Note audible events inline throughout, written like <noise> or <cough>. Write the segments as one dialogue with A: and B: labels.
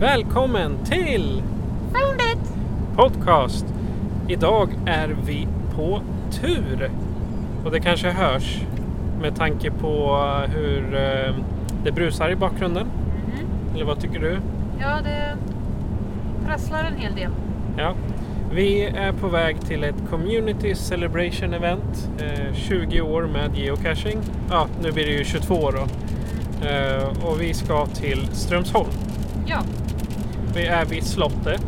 A: Välkommen till Podcast. Idag är vi på tur. Och det kanske hörs med tanke på hur eh, det brusar i bakgrunden. Eller vad tycker du?
B: Ja, det prasslar en hel del.
A: Ja. Vi är på väg till ett Community Celebration Event. Eh, 20 år med geocaching. Ja, nu blir det ju 22 år då. Eh, och vi ska till Strömsholm.
B: Ja,
A: Vi är vid slottet.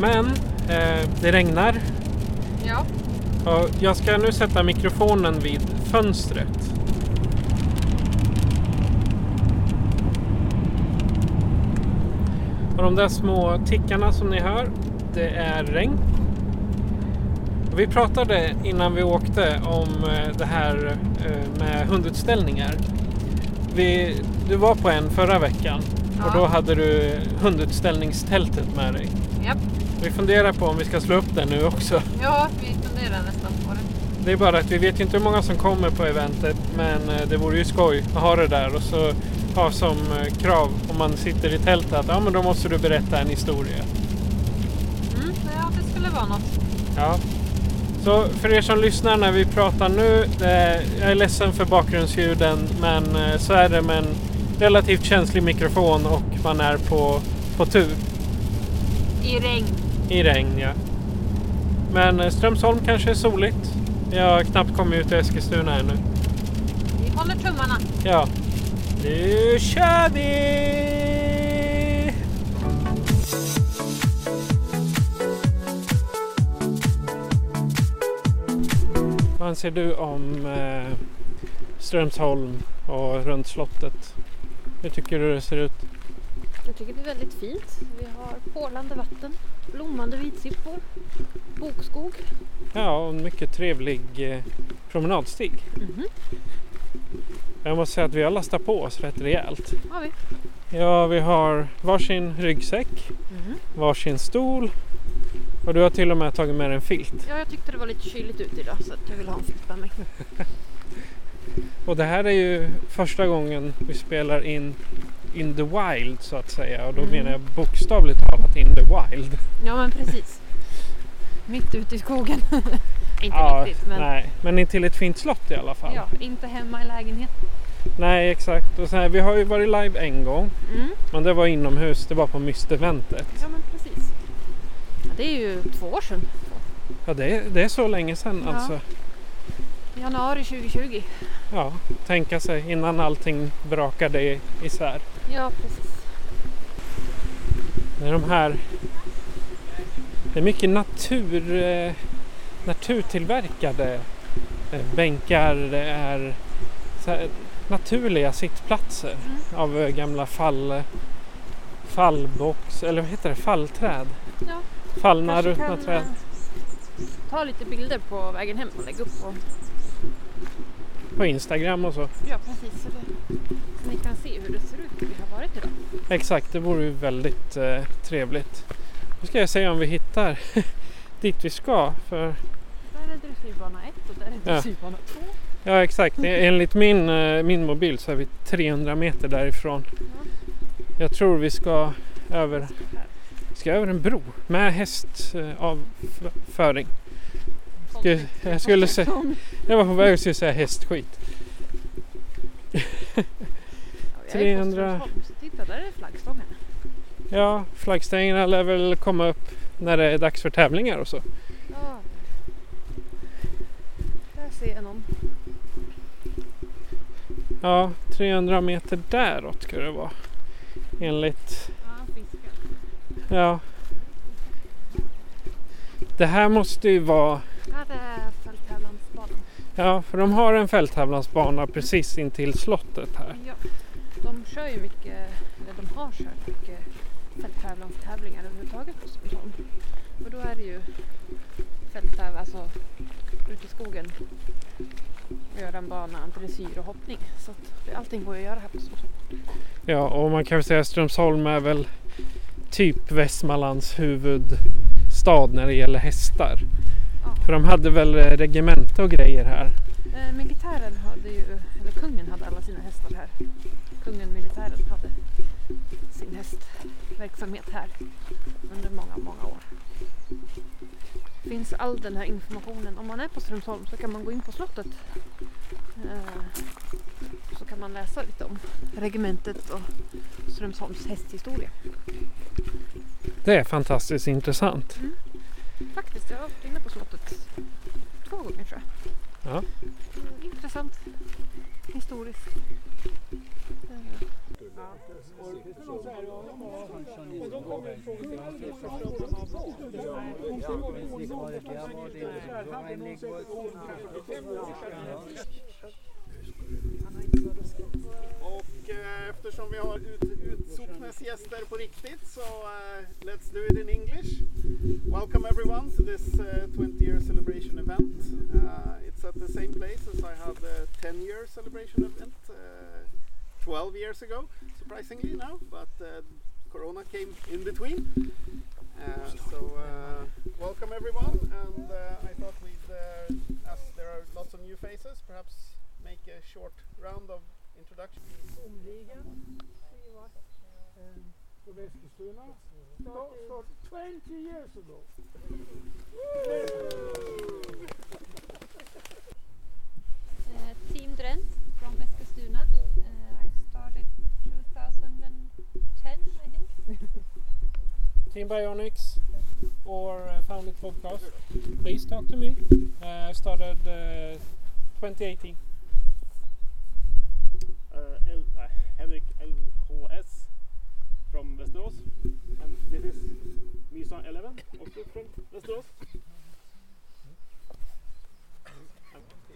A: Men eh, det regnar.
B: ja.
A: Och jag ska nu sätta mikrofonen vid fönstret. Och de där små tickarna som ni hör, det är regn. Och Vi pratade innan vi åkte om eh, det här eh, med hundutställningar. Vi, du var på en förra veckan och
B: Ja.
A: då hade du hundutställningstältet med dig.
B: Japp.
A: Vi funderar på om vi ska slå upp det nu också.
B: ja vi funderar nästan på det.
A: Det är bara att vi vet ju inte hur många som kommer på eventet men eh, det vore ju skoj att ha det där och så ha som eh, krav om man sitter i tältet att ja, men då måste du berätta en historia.
B: Mm, ja, det skulle vara något.
A: Ja. Så för er som lyssnar när vi pratar nu, det, jag är ledsen för bakgrundsljuden men eh, så är det med en relativt känslig mikrofon och man är på, på tur
B: I regn.
A: i regn. Ja. Men eh, Strömsholm kanske är soligt. Jag har knappt kommit ut ur Eskilstuna ännu.
B: Vi håller tummarna.
A: Ja. Nu kör vi! Vad anser du om eh, Strömsholm och runt slottet? Hur tycker du det ser ut?
C: Jag tycker det är väldigt fint. Vi har porlande vatten, blommande vitsippor, bokskog.
A: Ja, och en mycket trevlig eh, promenadstig.
C: Mm-hmm.
A: Jag måste säga att vi har lastat på oss rätt rejält.
C: Har vi.
A: Ja, vi har varsin ryggsäck,
C: Mhm.
A: varsin stol och du har till och med tagit med dig en filt.
C: Ja, jag tyckte det var lite kyligt ute idag så att jag ville ha en filt med mig.
A: Och det här är ju första gången vi spelar in in the wild så att säga och då
C: Mm.
A: menar jag bokstavligt talat in the wild.
C: Ja, men precis. Mitt ute
B: <laughs>
C: i skogen. Inte riktigt, men
A: Nej, men in till ett fint slott i alla fall.
C: ja, inte hemma i lägenheten.
A: Nej, exakt. Och så här, vi har ju varit live en gång
C: Mm.
A: men det var inomhus, det var på Mysteventet.
C: Ja, men precis. Ja, det är ju två år sedan.
A: Ja, det är, det är så länge sedan
C: Ja.
A: alltså.
C: Januari 2020.
A: Ja, tänka sig innan allting brakade isär.
C: Ja, precis.
A: Det är de här... Det är mycket natur, eh, naturtillverkade eh, bänkar. Det är så här naturliga sittplatser
C: Mm.
A: av eh, gamla fall, fallbox, eller vad heter det? Fallträd.
C: Ja.
A: Fallna
C: Kanske
A: ruttna
C: kan, eh,
A: träd.
C: Ta lite bilder på vägen hem och lägga upp på
A: På Instagram och så.
C: Ja, precis. Så, det, så ni kan se hur det ser ut där vi har varit idag.
A: Exakt, det vore ju väldigt eh, trevligt. Nu ska jag se om vi hittar <laughs> dit vi ska. För
C: Där är dressyrbana 1 och där är dressyrbana 2.
A: Ja exakt, enligt min, eh, min mobil så är vi 300 meter därifrån. Jag tror vi ska över, ska över en bro med eh, hästavföring. Skulle- Jag, skulle säga, jag var på väg att skulle säga hästskit. <laughs>
C: Ja, vi är på
A: 300.
C: Strömsholm, så Titta, där är flaggstången.
A: Ja, flaggstängerna lär väl komma upp när det är dags för tävlingar och så.
C: Ja. Där ser jag någon.
A: Ja, 300 meter däråt ska det vara. Enligt... Ja. Det här måste ju vara...
C: Här är fälttävlansbanan.
A: Ja, för de har en fälttävlansbana precis intill slottet här.
C: Ja. De kör ju mycket, eller de har kört mycket fälttävlanstävlingar överhuvudtaget på Stockholm. Och då är det ju fälttävlan, alltså ute i skogen, göra en bana, dressyr och hoppning. Så att det- allting går ju att göra här på Stockholm.
A: Ja, och man kan väl säga att Strömsholm är väl typ Västmanlands huvudstad när det gäller hästar.
C: Ja.
A: För de hade väl eh, regemente och grejer här.
C: Eh, militären hade ju, eller kungen hade alla sina hästar här. Kungen, militären, hade sin hästverksamhet här under många, många år. Finns all den här informationen. Om man är på Strömsholm så kan man gå in på slottet. Eh, så kan man läsa lite om regementet och Strömsholms hästhistoria.
A: Det är fantastiskt intressant.
C: Faktiskt, jag har varit inne på slottet två gånger tror jag.
A: Ja.
C: Mm, Intressant. Historiskt. Eh,
D: Och eh, eftersom vi har ut, utsocknes gäster på riktigt så eh, let's do it in English. Welcome everyone to this uh, 20 year celebration event. Uh, it's at the same place as I had the 10 year celebration event uh, 12 years ago, surprisingly now, but uh, Corona came in between. Uh, so uh,
A: eh,
D: welcome everyone and uh, I thought we'd, uh, as there are lots of new faces, perhaps make a short round of introduction.
E: Omligen. Um, på Västerstuna. Start, start 20 years ago.
F: Uh, Team Drent from Eskilstuna. Uh, I started 2010, I think.
A: Team Bionics or uh, Founded Podcast, please talk to me. Uh, I started uh, 2018.
G: uh, L, uh, Henrik LHS from Västerås. And this is Misa 11, also from Västerås.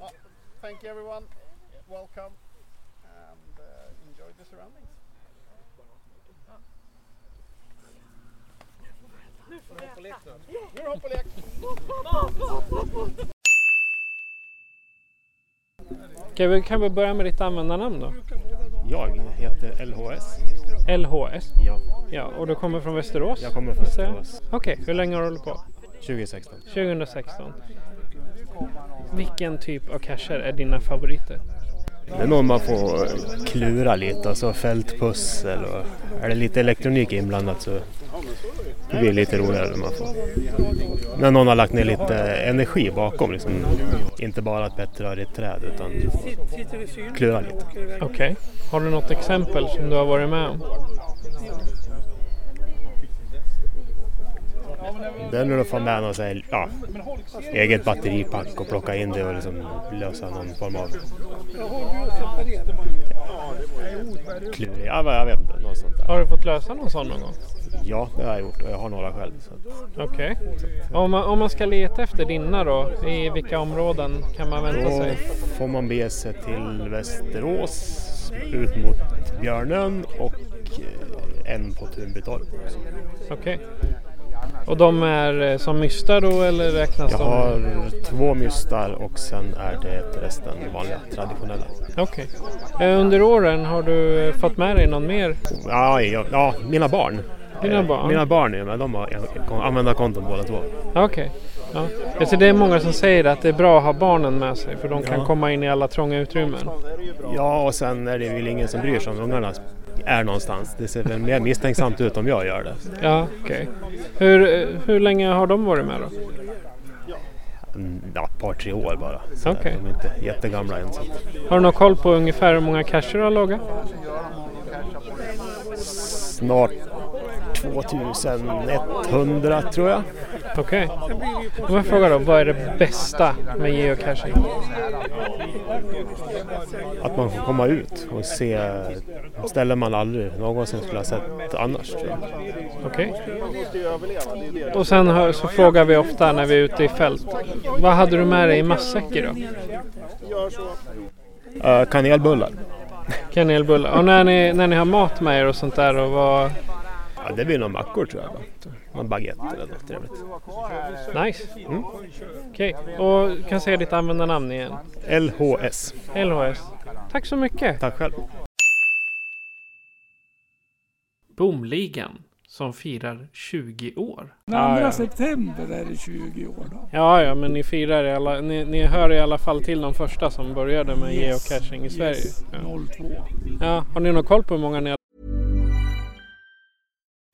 D: Uh, Thank you everyone. Welcome and uh, enjoy the surroundings. Nu är det hopp och lek.
A: Okej, vi kan väl börja med ditt användarnamn då?
G: Jag heter LHS.
A: LHS.
G: Ja,
A: Ja, och du kommer från Västerås?
G: jag kommer från
A: gissar jag.
G: Västerås
A: Okej, hur länge har du hållit på?
G: 2016.
A: 2016. Vilken typ av cacher är dina favoriter?
G: Det är någon man får eh, klura lite, alltså fältpussel och är det lite elektronik inblandat så det blir lite roligare när man får. När någon har lagt ner lite energi bakom liksom. Inte bara att bättra i ett träd utan klura lite.
A: Okej. Har du något exempel som du har varit med om?
G: Det är när du får med något så här, ja, eget batteripack och plocka in det och liksom lösa någon form av klurig, ja, vad- jag vet inte, något sånt där.
A: Har du fått lösa någon sån någon gång?
G: Ja, det har jag gjort och jag har några själv. Så.
A: Okej. Om, man- om man ska leta efter dina då, i vilka områden kan man vänta
G: Då
A: sig?
G: får man bege sig till Västerås, ut mot Björnön och eh, en på Tunbytorp. Mm.
A: Okej. Och de är eh, som mystar då eller räknas
G: Jag
A: de?
G: har två mystar och sen är det resten vanliga, traditionella.
A: Okej. Eh, Under åren har du eh, fått med dig någon mer?
G: Ja, ja, ja mina barn.
A: Dina
G: Eh,
A: barn?
G: Mina barn är med, de har en- kon- användarkonton båda två.
A: Okej. Ja. Alltså det är många som säger att det är bra att ha barnen med sig för de kan
G: Ja.
A: komma in i alla trånga utrymmen.
G: Ja, och sen är det väl ingen som bryr sig om ungarna är någonstans. Det ser väl mer misstänksamt ut om jag gör det.
A: Ja, okej. Hur, eh, hur länge har de varit med då?
G: Mm, Ja, ett par tre år bara. Så
A: Okej.
G: De är inte jättegamla än. Så. att-
A: Har du någon koll på ungefär hur många cacher du har loggat?
G: Snart 2100 tror jag.
A: Okej. Om jag frågar då, vad är det bästa med geocaching?
G: Att man får komma ut och se ställen man aldrig någonsin skulle ha sett annars. Tror jag.
A: Okej. Och sen hör- så frågar vi ofta när vi är ute i fält. Vad hade du med dig i matsäck idag?
G: Eh, kanelbullar.
A: Kanelbullar. Och när ni, när ni har mat med er och sånt där och vad...
G: Ja, det blir nog mackor tror jag. va? Någon baguette eller något trevligt.
A: Nice. Mm. Okej. Och kan säga ditt användarnamn igen.
G: LHS.
A: LHS. Tack så mycket.
G: Tack själv.
A: Boomligan som firar 20 år.
H: Den
G: Ja,
H: 2
G: ja.
H: september är det 20 år då.
A: Ja, ja, men ni firar i alla... Ni, ni hör i alla fall till de första som började med
H: Yes.
A: geocaching i Sverige.
H: Yes,
A: Ja.
H: 02.
A: Ja, har ni någon koll på hur många ni har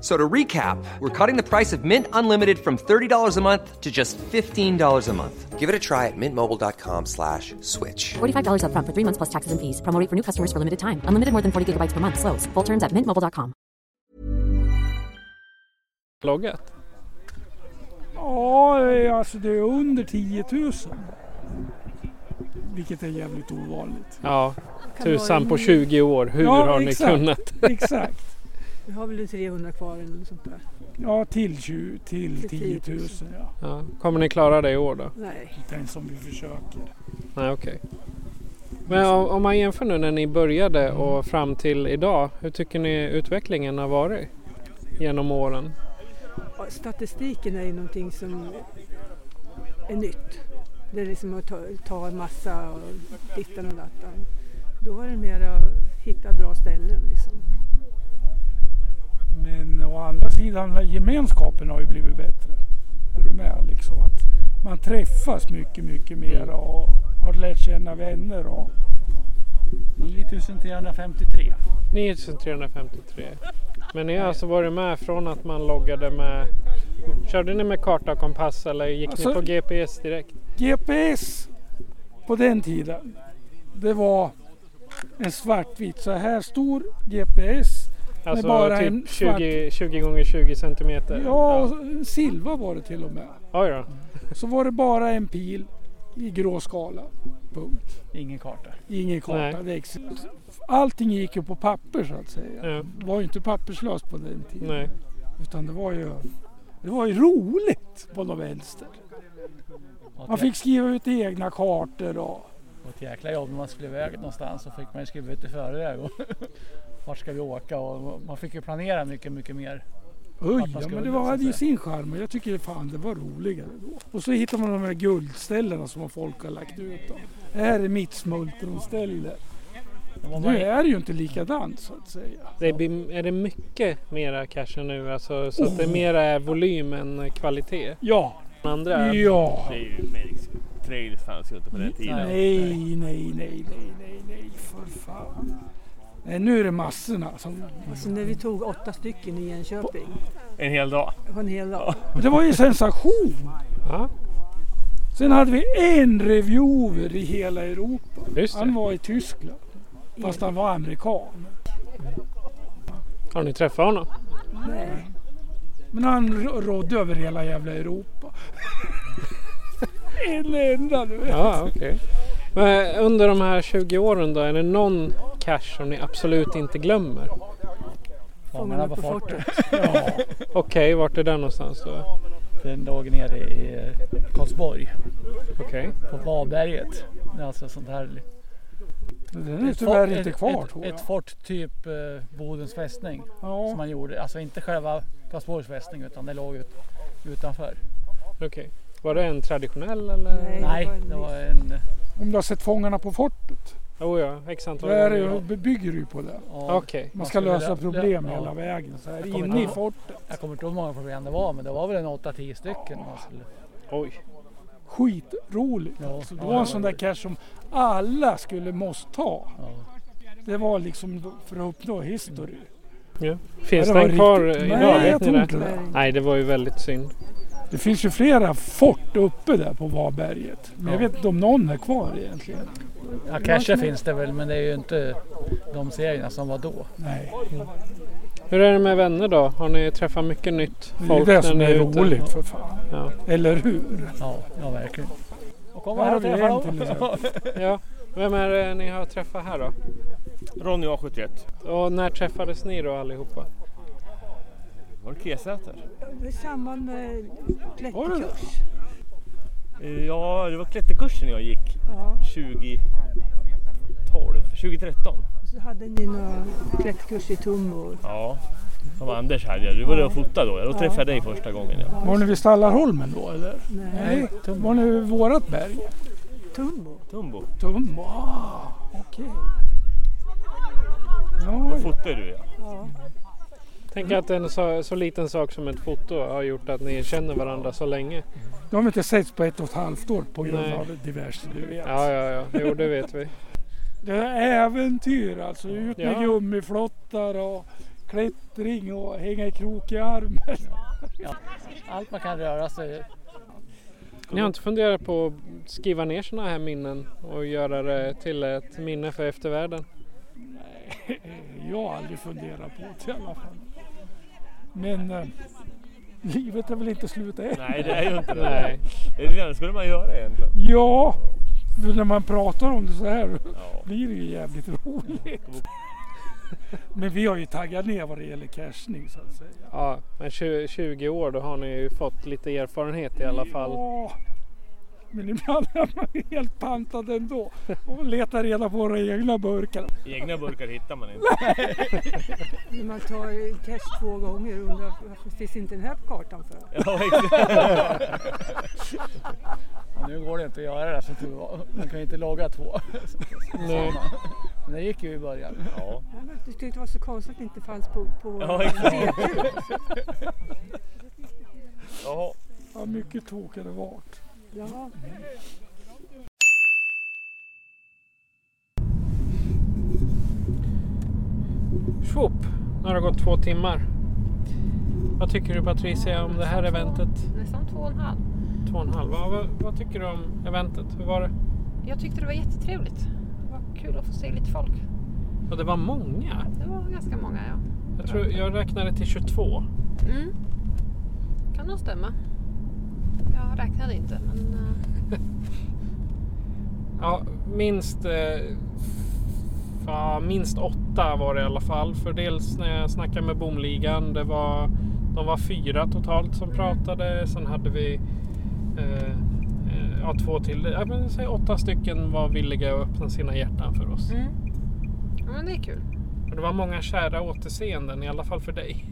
I: So to recap, we're cutting the price of Mint Unlimited from $30 a month to just $15 a month. Give it a try at mintmobile.com slash switch.
J: $45 upfront for three months plus taxes and fees. Promo rate for new customers for limited time. Unlimited more than 40 gigabytes per month. Slows. Full terms at mintmobile.com.
A: loggat?
H: Ja, eh, alltså det är under 10 000. Vilket är jävligt ovanligt.
A: Ja, tusan på 20 år. Hur
H: Ja,
A: har ni
H: exakt.
A: kunnat?
H: <laughs> Exakt.
K: Vi har väl 300 kvar eller något sånt där.
H: Ja, till, 20, till 10
K: Till
H: 000
K: 10
H: ja.
A: Ja. Kommer ni klara det i år då?
K: Nej.
H: Inte ens om vi försöker.
A: Nej, okej. Men om, om man jämför nu när ni började och fram till idag. Hur tycker ni utvecklingen har varit genom åren?
K: Och Statistiken är ju någonting som är nytt. Det är liksom att ta, ta en massa och dittan och dattan. Då var det mer att hitta bra ställen liksom.
H: Men å andra sidan, gemenskapen har ju blivit bättre. Är du med? Liksom att man träffas mycket, mycket
E: Mm.
A: Mm.
H: mer och har lärt känna vänner. Och...
E: 9353.
A: 9353. Men ni har alltså varit med från att man loggade med... Körde ni med karta och kompass eller gick
H: Alltså-
A: ni på GPS direkt?
H: GPS på den tiden, det var en svartvit, så här stor GPS. med
A: Alltså
H: bara en
A: typ
H: svart-
A: 20, 20 gånger 20 centimeter?
H: Ja, och silva var det till och med.
A: Oj då.
H: Så var det bara en pil i grå skala. Punkt.
E: Ingen karta.
H: Ingen karta.
A: Nej.
H: det exist- Allting gick ju på papper så att säga.
A: Ja,
H: Det var ju inte papperslöst på den tiden.
A: nej.
H: Utan det var ju, det var ju roligt på något vänster.
E: Och
H: Man
E: ett
H: fick skriva ut egna kartor och
E: jä- och ett jäkla jobb när man skulle iväg någonstans så fick man ju skriva ut i förväg. Och <laughs> vart ska vi åka? Och man fick ju planera mycket, mycket mer.
H: Oj,
E: Att man
H: ja,
E: ska
H: men det
E: undan,
H: var,
E: så att
H: hade ju
E: säga.
H: sin charm och jag tycker fan det var roligare då. Och så hittar man de här guldställena som folk har lagt ut. Då. Det här är mitt smultronställe.
E: Men om man-
H: Nu är det ju inte likadant så att säga.
A: Det blir, är det mycket mera cash nu? Alltså, så att det är mera är volym än kvalitet?
H: Oh. Ja,
A: Den andra?
H: ja. Mm.
L: Det är ju mer liksom, trails fanns ju inte på den tiden.
H: Nej, nej, nej, nej, nej, nej, för fan. Nej, nu är det massorna som...
K: Alltså när vi tog åtta stycken i Enköping
L: En hel dag.
K: på en hel dag.
H: Det var ju sensation.
A: Ja,
H: Sen hade vi en reviewer i hela Europa.
A: just
H: Han
A: det.
H: var i Tyskland. Fast han var amerikan.
A: Har ni träffat honom?
K: Nej.
H: Men han rå- rådde över hela jävla
A: <laughs>
H: Europa. en enda du vet.
A: Ja, okej. Men eh, Under de här 20 åren då, är det någon cash som ni absolut inte glömmer?
E: Fångarna på fortet.
H: Ja.
A: Okej, vart är den någonstans då?
E: Den låg nere i Karlsborg
A: Okej.
E: på Varberget. Det är alltså sånt här
H: Men den är tyvärr inte kvar
E: ett,
H: tror jag.
E: Ett fort typ eh, Bodens fästning som man gjorde. Alltså inte själva Karlsborgs fästning utan det låg ut, utanför.
A: Okej. Var det en traditionell eller?
E: Nej, det var en...
H: Om du har sett Fångarna på fortet?
A: Jo, ja. X antal
H: Där är
A: gånger, ja. Alltså,
H: ju- bygger du ju på det.
E: Ja.
A: Okej.
H: Man ska lösa problem
E: ja.
H: hela vägen. Så här,
E: Jag kommer
H: inne i
E: inte ihåg-
H: fortet.
E: Jag kommer inte ihåg hur många problem det var men det var väl en 8-10 stycken. man skulle-
A: Oj.
H: Skitroligt. alltså. Det
E: ja,
H: var
E: det
H: en
E: var
H: sån där cash som alla skulle måste ha. Det var liksom för att uppnå history.
A: Ja. Finns
H: Ja, det var
A: den kvar eh,
H: riktigt-
A: idag?
H: Nej,
A: Vet
H: jag
A: ni
H: tror
A: det?
H: inte det.
A: Nej, det var ju väldigt synd.
H: Det finns ju flera fort uppe där på Varberget. Men jag
E: Ja.
H: vet inte om någon är kvar egentligen.
E: Ja, kanske finns det väl men det är ju inte de serierna som var då.
H: Nej.
A: Hur är det med vänner då? Har ni träffat mycket nytt
H: Det är
A: folk?
H: det
A: när
H: som
A: ni
H: är
A: ute?
H: roligt, för fan.
A: Ja.
H: Eller hur?
E: Ja, ja verkligen. Och kom
H: Där
E: här
H: har
E: och
H: vi
E: träffa
H: en
E: dem.
H: till exempel.
A: ja. Vem är det ni har träffat här då?
L: Ronny och A71.
A: Och när träffades ni då allihopa?
L: Var det Kesäter?
K: I samband med klätterkurs.
L: Eh, Ja, det var klätterkursen jag gick
K: Ja.
L: 2012, 2013.
K: Så hade ni någon klätterkurs i Tumbo.
L: Ja, det var Anders här. ja. Du var där och fotade då. Då
K: Ja.
L: träffade jag dig första gången. Ja.
H: Var ni vid Stallarholmen då eller?
K: Nej.
H: Var ni vid vårat berg?
K: Tumbo.
L: Tumbo.
H: Tumbo, ah, okej.
L: Då
H: Ja,
L: fotade du ja.
A: Tänk att en så, så liten sak som ett foto har gjort att ni känner varandra så länge.
H: de har inte setts på ett och ett halvt år på grund
A: Nej.
H: av diverse du vet.
A: Ja, ja, ja.
H: <laughs>
A: Jo, det vet vi.
H: Det är äventyr alltså. Ut med
A: Ja.
H: gummiflottar och klättring och hänga i krok i armen.
E: <laughs> Ja. Allt man kan röra sig.
A: Ni har inte funderat på att skriva ner sådana här minnen och göra det till ett minne för eftervärlden?
H: Jag har aldrig funderat på det <laughs> i alla fall. Men eh, livet är väl inte slut än.
L: Nej, det är ju
K: <laughs>
L: inte
H: <laughs>
L: det.
A: Nej.
L: Eller det skulle man göra egentligen.
H: Ja, för när man pratar om det så här blir det ju jävligt roligt. Men vi har ju taggat ner vad det gäller cashning så att säga.
A: Ja, men 20, 20 år då har ni ju fått lite erfarenhet i alla fall.
H: Ja, men ibland är man helt pantad ändå och letar reda på våra egna burkar.
L: Egna burkar hittar man
H: <laughs>
L: inte.
K: När man tar cash två gånger och undrar varför finns inte den här på kartan för?
L: Ja,
K: <laughs>
L: exakt.
E: Ja, nu går det inte att göra det som tur var. Man kan ju inte logga två. <laughs>
K: Nej.
E: Samma. Men det gick ju i början.
L: Ja.
K: Ja, men Du tyckte det var så konstigt att det inte fanns på, på vår
E: Ja, exakt.
K: CD-tur.
L: Jaha.
H: Ja, mycket tokigt det vart.
K: Ja.
A: Tjopp! Nu har det gått två timmar. Vad tycker du Patricia om det här eventet?
B: <laughs> Nästan två och en halv.
A: Två och en halv. Ja, Vad, vad tycker du om eventet? Hur var det?
B: Jag tyckte det var jättetrevligt. Det var kul att få se lite folk.
A: Ja, det var många.
B: Det var ganska många ja.
A: Jag, tror, jag räknade till 22.
B: Mm. Kan nog stämma. Jag räknade inte men... eh,
A: Ja, minst, eh, f- ja, minst åtta var det i alla fall. För dels när jag snackade med Bomligan, det var, de var fyra totalt som pratade. Sen hade vi eh, eh, ja, två till. Ja, men, säg åtta stycken var villiga att öppna sina hjärtan för oss.
B: Ja men det är kul.
A: Och det var många kära återseenden, i alla fall för dig.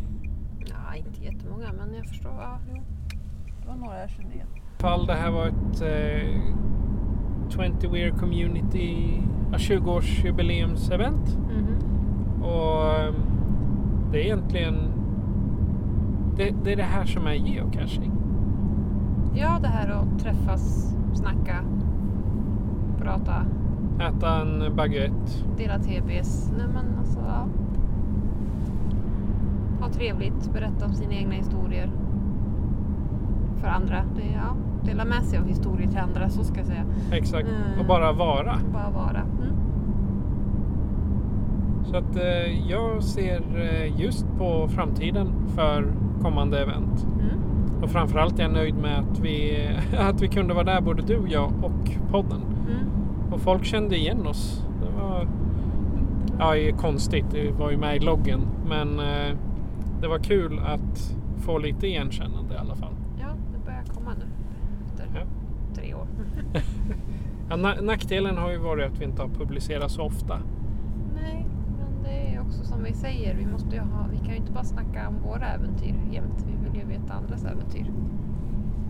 B: Nej, inte jättemånga men jag förstår. Ja, jo. Det var några jag kände igen.
A: fall det här var ett eh, 20 Wear Community ja, 20-årsjubileumsevent. Mm-hmm. Och eh, det är egentligen det, det är det här som är geocaching.
B: Ja, det här att träffas, snacka, prata,
A: Äta en baguette.
B: dela TBs. Nej men alltså, ja. Ha trevligt, berätta om sina egna historier. För andra. Det, är- ja, dela med sig av historier till andra, så ska jag säga.
A: Exakt.
B: Mm.
A: Och bara vara.
B: Bara vara. Mm.
A: Så att eh, jag ser eh, just på framtiden för kommande event. Och framförallt är jag nöjd med att vi, <laughs> att vi kunde vara där både du, jag och podden. Och folk kände igen oss. Det var ja, det är konstigt, det var ju med i loggen. Men eh, det var kul att få lite igenkännande i alla fall.
B: Ja, det börjar komma nu. Efter tre år.
A: <laughs> Ja, na- nackdelen har ju varit att vi inte har publicerat så ofta.
C: Nej, men det är också som vi säger, vi, måste ju ha, vi kan ju inte bara snacka om våra äventyr jämt. Vi vill ju veta andras äventyr.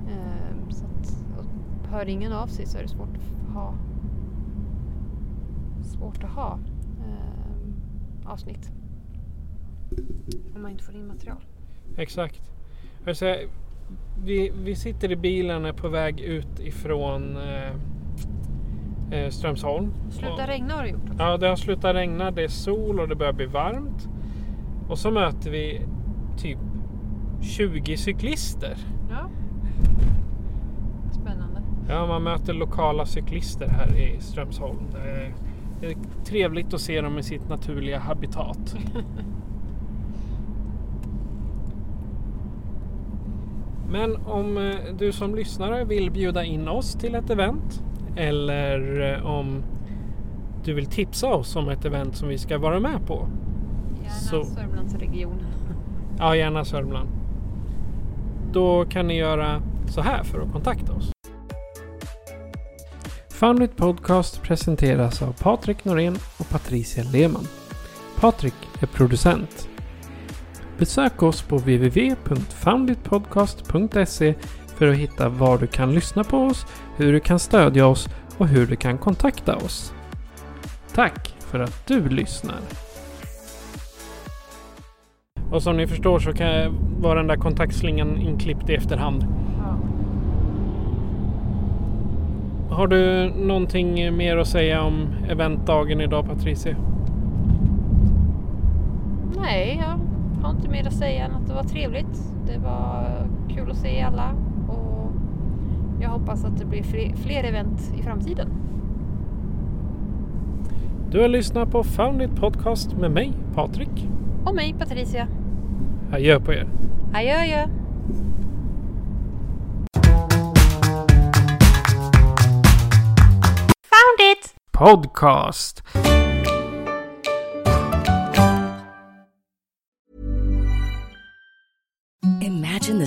C: Ehm, så att, och hör ingen av sig så är det svårt att ha, svårt att ha ehm, avsnitt. Om man inte får in material.
A: Exakt. Alltså, vi, vi sitter i bilen och är på väg ut ifrån eh, eh, Strömsholm.
C: Sluta regna har det gjort.
A: Ja, det har slutat regna, det är sol och det börjar bli varmt. Och så möter vi typ 20 cyklister.
C: Ja. Spännande.
A: Ja, man möter lokala cyklister här i Strömsholm. Det är, det är trevligt att se dem i sitt naturliga habitat. <laughs> Men om eh, du som lyssnare vill bjuda in oss till ett event eller eh, om du vill tipsa oss om ett event som vi ska vara med på.
C: Gärna
A: Så-
C: Sörmlandsregionen.
A: Ja, gärna Sörmland. Då kan ni göra så här för att kontakta oss. Foundit Podcast presenteras av Patrik Norén och Patricia Lehmann. Patrik är producent. Besök oss på www.founditpodcast.se för att hitta var du kan lyssna på oss, hur du kan stödja oss och hur du kan kontakta oss. Tack för att du lyssnar! Och som ni förstår så kan jag vara den där kontaktslingan inklippt i efterhand. Har du någonting mer att säga om eventdagen idag Patricia?
C: Nej, jag har inte mer att säga än att det var trevligt. Det var kul att se alla och jag hoppas att det blir fler, fler event i framtiden.
A: Du har lyssnat på Foundit Podcast med mig, Patrik.
C: Och mig Patricia.
A: Adjö på er!
C: Adjö adjö! Found it!
A: Podcast!
M: Imagine the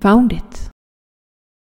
N: Found it.